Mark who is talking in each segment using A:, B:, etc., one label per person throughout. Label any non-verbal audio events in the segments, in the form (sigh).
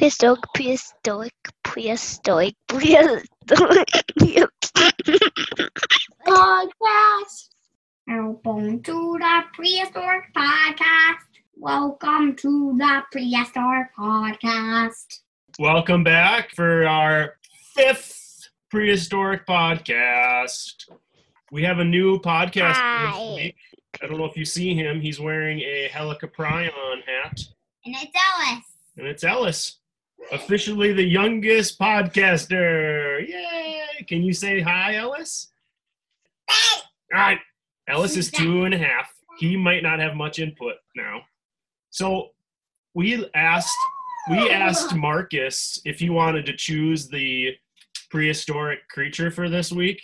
A: Prehistoric, prehistoric, prehistoric, prehistoric.
B: podcast. Welcome to the Prehistoric Podcast. Welcome to the Prehistoric Podcast.
C: Welcome back for our fifth prehistoric podcast. We have a new podcast.
A: Hi.
C: this week. I don't know if you see him. He's wearing a Helicoprion hat,
B: And it's Ellis.
C: and it's Ellis, officially the youngest podcaster. Yay! Can you say hi, Ellis? All right. Ellis is two and a half. He might not have much input now. So we asked we asked Marcus if he wanted to choose the prehistoric creature for this week.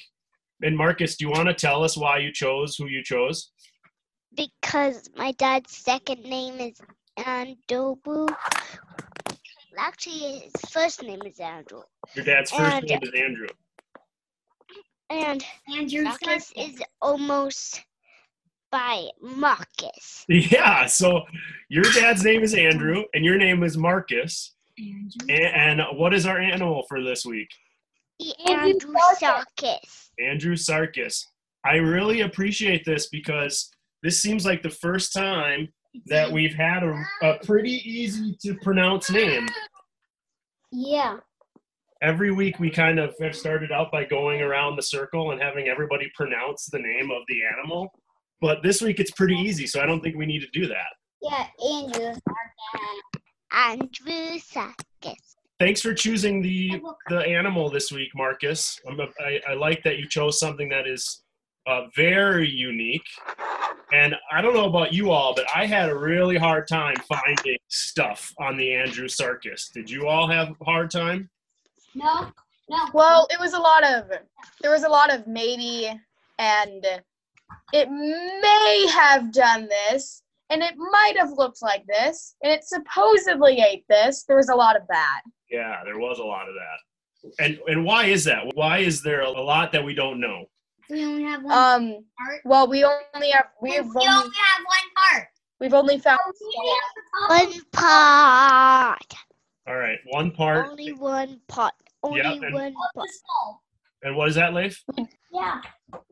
C: And Marcus, do you want to tell us why you chose who you chose?
A: Because my dad's second name is Andobu. Actually, his first name is Andrew.
C: Your dad's first
A: And-
C: name is Andrew. (laughs)
A: And
B: Andrew
A: Marcus is almost by Marcus.
C: Yeah, so your dad's name is Andrew and your name is Marcus. A-
B: Andrew.
C: And, what is our animal for this week?
A: The
B: Andrew
A: E Andrew
B: Sarkis.
A: Sarkis.
C: Andrew Sarkis. I really appreciate this because this seems like the first time that we've had a, a pretty easy to pronounce name.
B: Yeah.
C: Every week we kind of have started out by going around the circle and having everybody pronounce the name of the animal. But this week it's pretty easy, so I don't think we need to do that.
B: Yeah, Andrew.
A: Andrew Sarkis.
C: Thanks for choosing the the animal this week, Marcus. I'm a, I, I like that you chose something that is uh, very unique. And I don't know about you all, but I had a really hard time finding stuff on the Andrew Circus. Did you all have a hard time?
B: No, no.
D: Well, it was a lot of there was a lot of maybe and it may have done this and it might have looked like this and it supposedly ate this. There was a lot of that.
C: Yeah, there was a lot of that. And and why is that? Why is there a lot that we don't know?
B: we only have one
D: Um
B: part.
D: well we only have
B: We
D: we've
B: only
D: only,
B: have one part.
D: we've only found
A: One part.
C: All right, one part.
A: Only one part. Only
C: Yeah, and-
A: one part.
C: And what is that, Leif?
B: Yeah.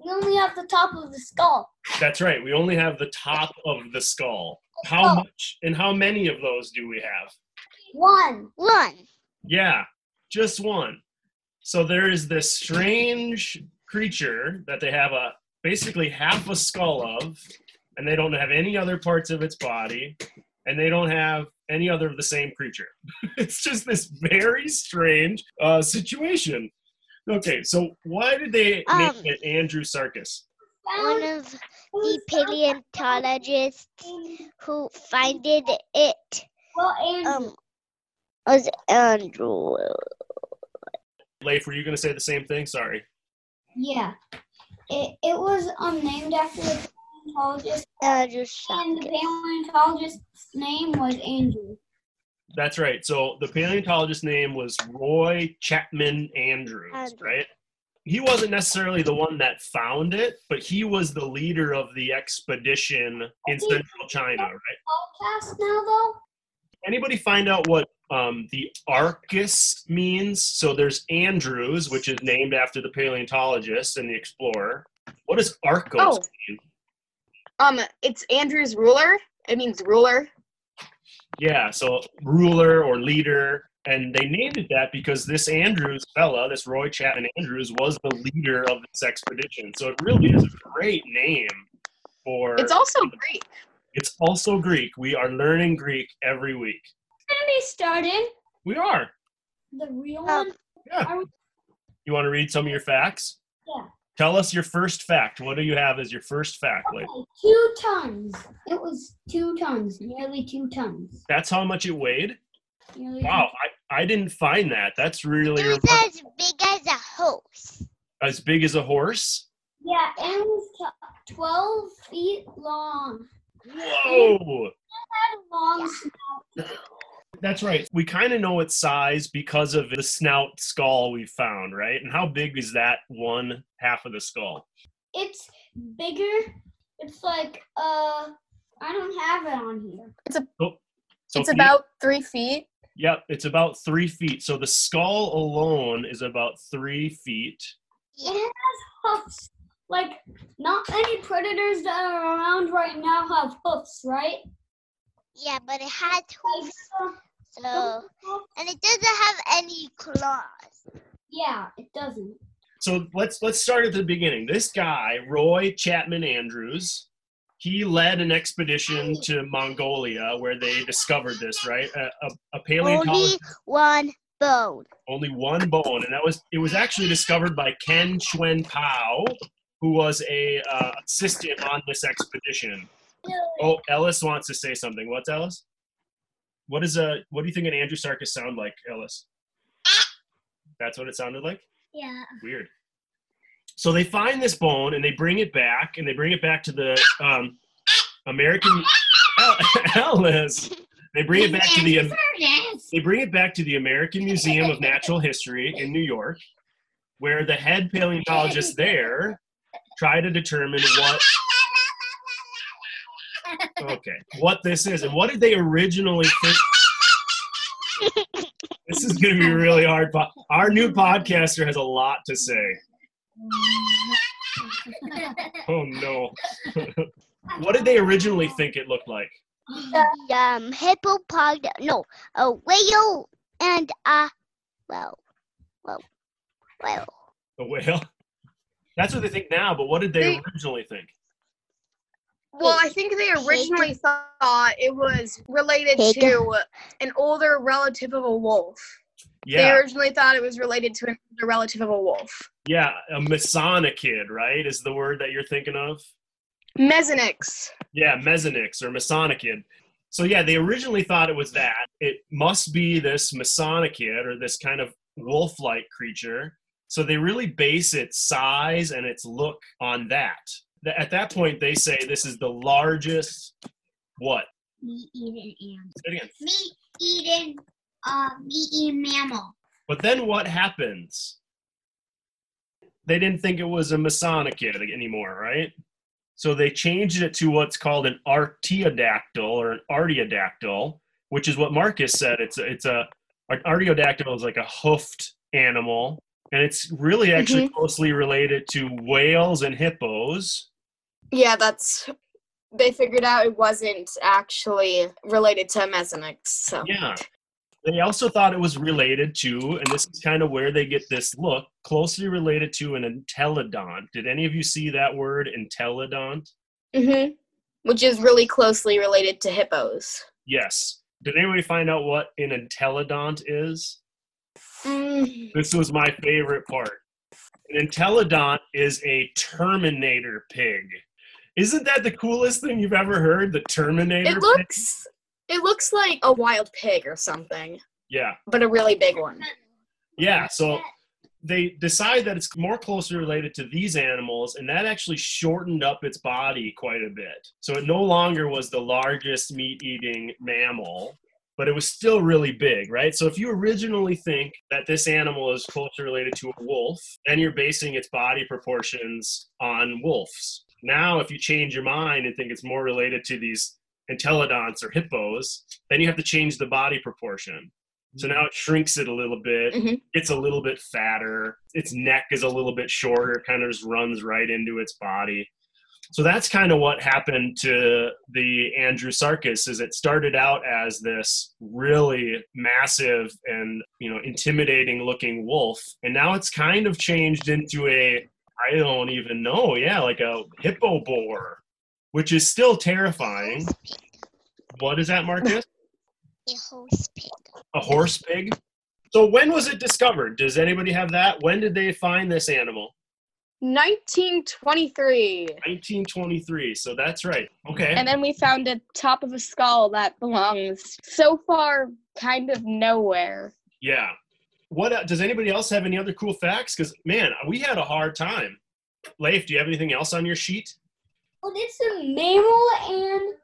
B: We only have the top of the skull.
C: That's right. We only have the top of the skull. How much and how many of those do we have?
B: One.
A: One.
C: Yeah, just one. So there is this strange creature that they have a basically half a skull of, and they don't have any other parts of its body, and they don't have any other of the same creature. (laughs) it's just this very strange uh, situation. Okay, so why did they
A: Um,
C: make it Andrew Sarkis?
A: One of the paleontologists who finded it
B: Well, Andrew.
A: um, was Andrew.
C: Leif, were you going to say the same thing? Sorry.
B: Yeah. It, it was um named after the paleontologist,
A: Andrew
B: and the
A: Sarkis.
B: paleontologist's name was Andrew.
C: That's right. So the paleontologist's name was Roy Chapman Andrews,
A: Andrews.
C: right? He wasn't necessarily the one that found it, but he was the leader of the expedition in
B: Okay.
C: central China, right?
B: Podcast now, though?
C: Anybody find out what um, the Arcus means? So there's Andrews, which is named after the paleontologist and the explorer. What does Arcos
D: Oh.
C: mean?
D: um it's Andrew's ruler. It means ruler.
C: Yeah, so ruler or leader. And they named it that because this Andrews fella, this Roy Chapman Andrews, was the leader of this expedition. So it really is a great name for.
D: It's also Greek.
C: it's also Greek. We are learning Greek every week.
B: Gonna be starting
C: We are.
B: the real
A: Um,
B: one.
C: You want to read some of your facts?
B: Yeah.
C: Tell us your first fact. What do you have as your first fact? Like
B: Okay, two tons. It was two tons, nearly two tons.
C: that's how much it weighed.
B: Nearly
C: Wow, I, I didn't find that. That's really
A: It was as big as a horse.
C: as big as a horse.
B: two- Yeah, and it was t- twelve feet long.
C: Whoa.
B: Had a long
A: Yeah.
B: snout.
C: That's right. We kind of know its size because of the snout skull we found, right? And how big is that one half of the skull?
B: It's bigger. It's like uh, I don't have it on here.
C: So
D: It's about three feet.
C: Yep, it's about three feet. So the skull alone is about three feet.
B: It has hoofs. Like, not any predators that are around right now have hoofs, right?
A: Yeah, but it has hoofs, so
B: Hoof?
A: and it doesn't have any claws.
B: Yeah, it doesn't.
C: So let's let's start at the beginning. This guy, Roy Chapman Andrews, he led an expedition to Mongolia where they discovered this, right? A, a, a paleontologist
A: Only one bone.
C: only one bone, and that was it was actually discovered by Ken Chuen Pao, who was a uh, assistant on this expedition. Oh, Ellis wants to say something. What's Ellis? What is a what do you think an Andrew Sarkis sound like, Ellis? That's what it sounded like.
B: Yeah.
C: Weird. So they find this bone and they bring it back and they bring it back to the um, American (laughs) El- Ellis. They bring it back to the they bring it back to the American Museum of Natural History in New York, where the head paleontologist there try to determine what okay what this is and what did they originally think. This is going to be really hard. po- Our new podcaster has a lot to say. Oh no! (laughs) what did they originally think it looked like?
B: (laughs)
A: Um, hippopod. No, a whale and a well, well, well.
C: A whale. That's what they think now, but what did they
D: They-
C: originally think?
D: Well, I think they originally thought it was related to an older relative of a wolf. They
C: Yeah,
D: originally thought it was related to an older relative of a wolf.
C: yeah, a Masonicid, right? Is the word that you're thinking of?
D: Mesonix.
C: Yeah, Mesonix or Masonicid. So yeah, they originally thought it was that. It must be this Masonicid or this kind of wolf-like creature. So they really base its size and its look on that. Th- At that point, they say this is the largest. What?
B: Meat eating and
C: Say it again.
B: meat eating uh meat eating mammal.
C: But then what happens? They didn't think it was a Masonicid anymore, right? So they changed it to what's called an artiodactyl or an artiodactyl, which is what Marcus said. It's a, it's a an artiodactyl is like a hoofed animal, and it's really actually closely related to whales and hippos.
D: Yeah, that's. They figured out it wasn't actually related to Mesonix. So.
C: Yeah. They also thought it was related to, and this is kind of where they get this look, closely related to an entelodont. Did any of you see that word, entelodont?
D: Mm-hmm. Which is really closely related to hippos.
C: Yes. Did anybody find out what an entelodont is?
D: Mm.
C: This was my favorite part. An entelodont is a Terminator pig. Isn't that the coolest thing you've ever heard? The Terminator
D: It
C: pig?
D: looks. It looks like a wild pig or something,
C: Yeah.
D: but a really big one.
C: Yeah. So. they decide that it's more closely related to these animals, and that actually shortened up its body quite a bit. So it no longer was the largest meat eating mammal, but it was still really big, right? So if you originally think that this animal is closely related to a wolf, then you're basing its body proportions on wolves. Now, if you change your mind and think it's more related to these entelodonts or hippos, then you have to change the body proportion. So now it shrinks it a little bit it's a little bit fatter. Its neck is a little bit shorter. It kind of just runs right into its body. So that's kind of what happened to the Andrew Sarkis is it started out as this really massive and you know intimidating looking wolf. And now it's kind of changed into a I don't even know, yeah, like a hippo boar, which is still terrifying. What is that, Marcus?
A: A horse pig.
C: a horse pig. So when was it discovered? Does anybody have that? When did they find this animal?
D: 1923.
C: 1923. So that's right. Okay.
D: And then we found a top of a skull that belongs so far kind of nowhere.
C: yeah. What el- does anybody else have any other cool facts? Because man, we had a hard time. Leif, do you have anything else on your sheet?
B: Well, it's a mammal and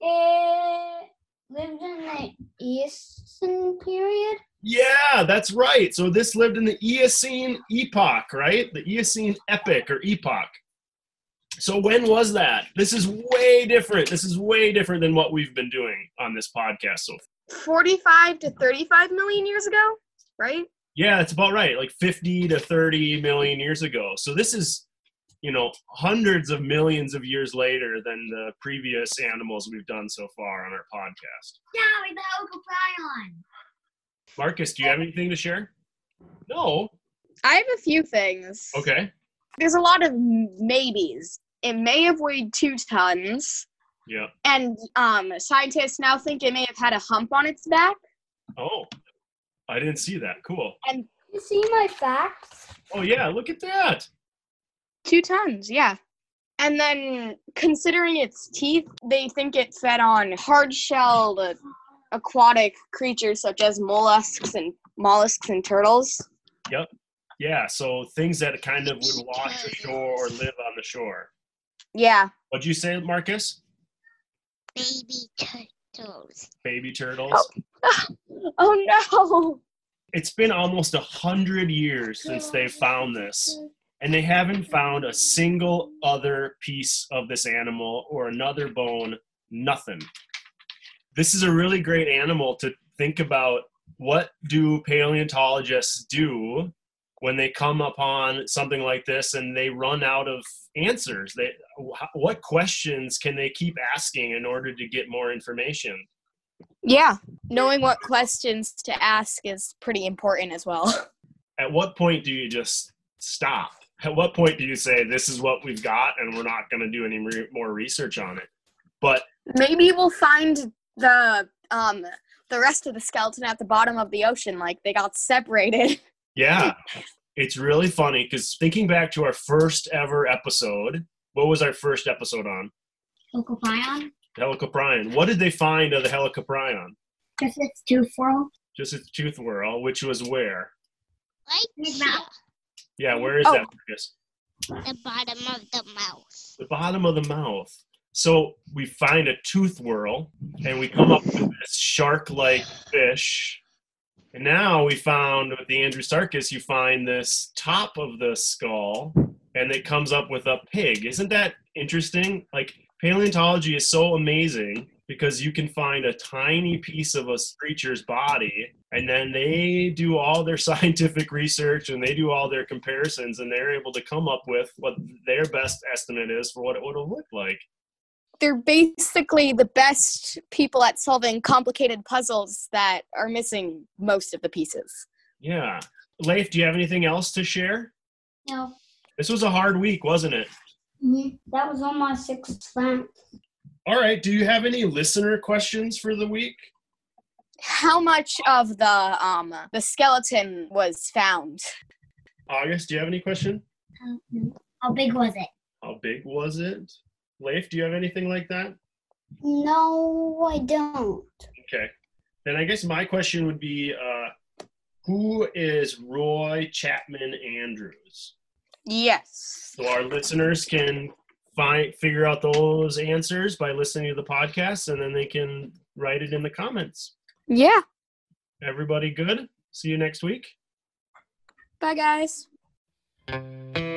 B: it lived in the Eistern period.
C: Yeah, that's right. So this lived in the Eocene epoch, right? The Eocene epoch or epoch. So when was that? This is way different. This is way different than what we've been doing on this podcast so far.
D: 45 to 35 million years ago, right?
C: Yeah, that's about right. Like 50 to 30 million years ago. So this is, you know, hundreds of millions of years later than the previous animals we've done so far on our podcast.
B: Yeah, with the Ogopion.
C: Marcus, do you have anything to share? No.
D: I have a few things.
C: Okay.
D: There's a lot of m- maybes. It may have weighed two tons,
C: Yeah.
D: and um, scientists now think it may have had a hump on its back.
C: Oh, I didn't see that. Cool.
B: You see my facts?
C: Oh, yeah, look at that.
D: Two tons, yeah. And then, considering its teeth, they think it fed on hard-shelled uh, aquatic creatures such as mollusks and mollusks and turtles.
C: Yeah, so things that kind of would wash ashore or live on the shore.
D: Yeah.
C: What'd you say, Marcus?
A: baby turtles.
C: Baby turtles.
D: Oh
C: It's been almost a hundred years since they found this, and they haven't found a single other piece of this animal or another bone. Nothing. This is a really great animal to think about. What do paleontologists do when they come upon something like this and they run out of answers? They, wh- what questions can they keep asking in order to get more information?
D: no. Yeah. Knowing what questions to ask is pretty important as well. (laughs)
C: at what point do you just stop? At what point do you say this is what we've got and we're not going to do any re- more research on it? But
D: Maybe we'll find the um the rest of the skeleton at the bottom of the ocean, like they got separated. (laughs)
C: yeah, it's really funny because thinking back to our first ever episode, what was our first episode on?
B: Ogopion?
C: Helicoprion. What did they find of the Helicoprion?
B: Because it's two for
C: Just its tooth whorl, which was where?
A: Right
B: Big
A: here,
B: mouth.
C: Yeah, where is
D: Oh.
C: that? Marcus?
A: the bottom of the mouth.
C: The bottom of the mouth. So we find a tooth whorl and we come up with this shark like fish. And now we found with the Andrew Sarkis, you find this top of the skull and it comes up with a pig. Isn't that interesting? Like paleontology is so amazing because you can find a tiny piece of a creature's body and then they do all their (laughs) scientific research and they do all their comparisons and they're able to come up with what their best estimate is for what it would have looked like.
D: They're basically the best people at solving complicated puzzles that are missing most of the pieces.
C: Yeah. Leif, do you have anything else to share?
B: No.
C: This was a hard week, wasn't it?
B: Mhm. That was on my sixth fact.
C: All right. Do you have any listener questions for the week?
D: How much of the um the skeleton was found?
C: August, do you have any question?
B: How big was it?
C: How big was it? Leif, do you have anything like that?
B: No, I don't.
C: Okay. Then I guess my question would be uh, who is Roy Chapman Andrews?
D: Yes.
C: So our listeners can find figure out those answers by listening to the podcast and then they can write it in the comments.
D: Yeah.
C: Everybody good? See you next week.
D: Bye guys.
A: Bye.